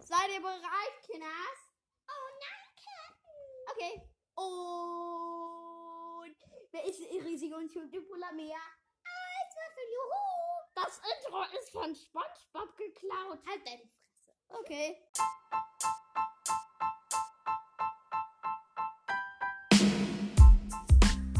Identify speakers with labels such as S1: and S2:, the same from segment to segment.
S1: Seid ihr bereit, Kinders?
S2: Oh nein, Captain.
S1: Okay. Und wer ist die riesige und schöne Polamea?
S2: Eiswürfel, juhu.
S1: Das Intro ist von SpongeBob geklaut.
S2: Halt deine Fresse.
S1: Okay.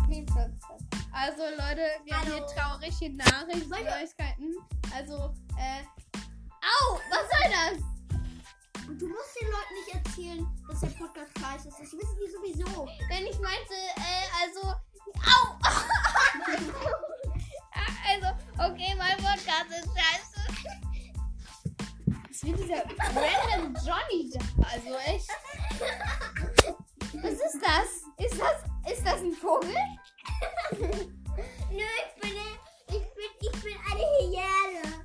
S2: Wie sonst was?
S3: Also Leute, wir haben
S2: Hallo.
S3: hier traurige Nachrichten,
S1: Soll ich-
S3: Neuigkeiten. Also, äh. Au! Was soll das?
S1: Und du musst den Leuten nicht erzählen, dass der Podcast scheiße ist. Das wissen die sowieso.
S3: Wenn ich meinte, äh, also. Au! Ah, also, okay, mein Podcast ist scheiße. Was will dieser random Johnny da? Also echt. Was ist das? Ist das, ist das ein Vogel?
S2: Nö, ich bin, ich bin, ich bin eine Hyäne.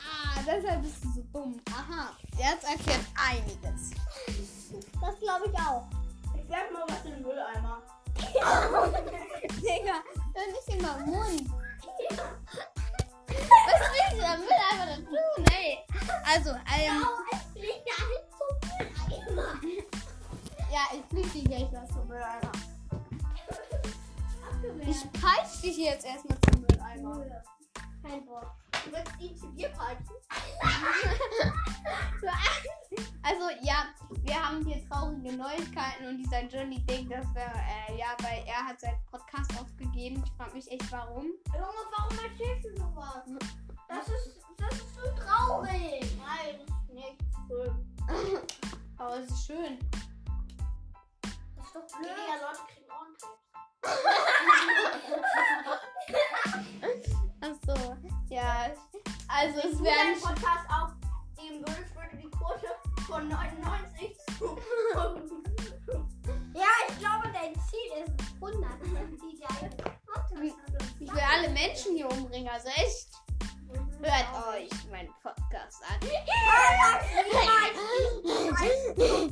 S3: Ah, deshalb bist du so dumm. Aha, jetzt erklärt einiges.
S2: Das glaube ich auch.
S1: Ich werf mal was in den Mülleimer.
S3: Digga, hör nicht in meinen Mund. Was willst du da Müll einfach da tun, ey? Also, ähm,
S2: Oh, es fliegt da ein Zuckereimer.
S3: ja, ich flieg dich gleich was zum Mülleimer. Ich peitsch dich jetzt erstmal zum Mülleimer.
S2: Kein Wort. Du willst ihn zu dir peitschen?
S3: Also, ja, wir haben hier traurige Neuigkeiten und dieser Johnny denkt, dass wir, äh, ja, weil er hat seinen Podcast aufgegeben. Ich frag mich echt, warum.
S2: Junge, warum erzählst du sowas? Das ist, das ist so traurig. Nein, das ist nicht schön.
S3: Aber es ist schön.
S2: Das ist doch blöd. Ja, Leute kriegen Ohrenkrebs.
S3: Ach so, ja. Also, es
S2: Du
S3: werden
S2: deinen Podcast aufnehmen würdest, würde die Quote von 99 zu... ja, ich glaube, dein Ziel ist 100, die deinen Podcast
S3: Ich will alle Menschen hier umbringen, also echt.
S2: anhören.
S3: Hört euch meinen Podcast an.
S2: Hört euch niemals diesen Scheiß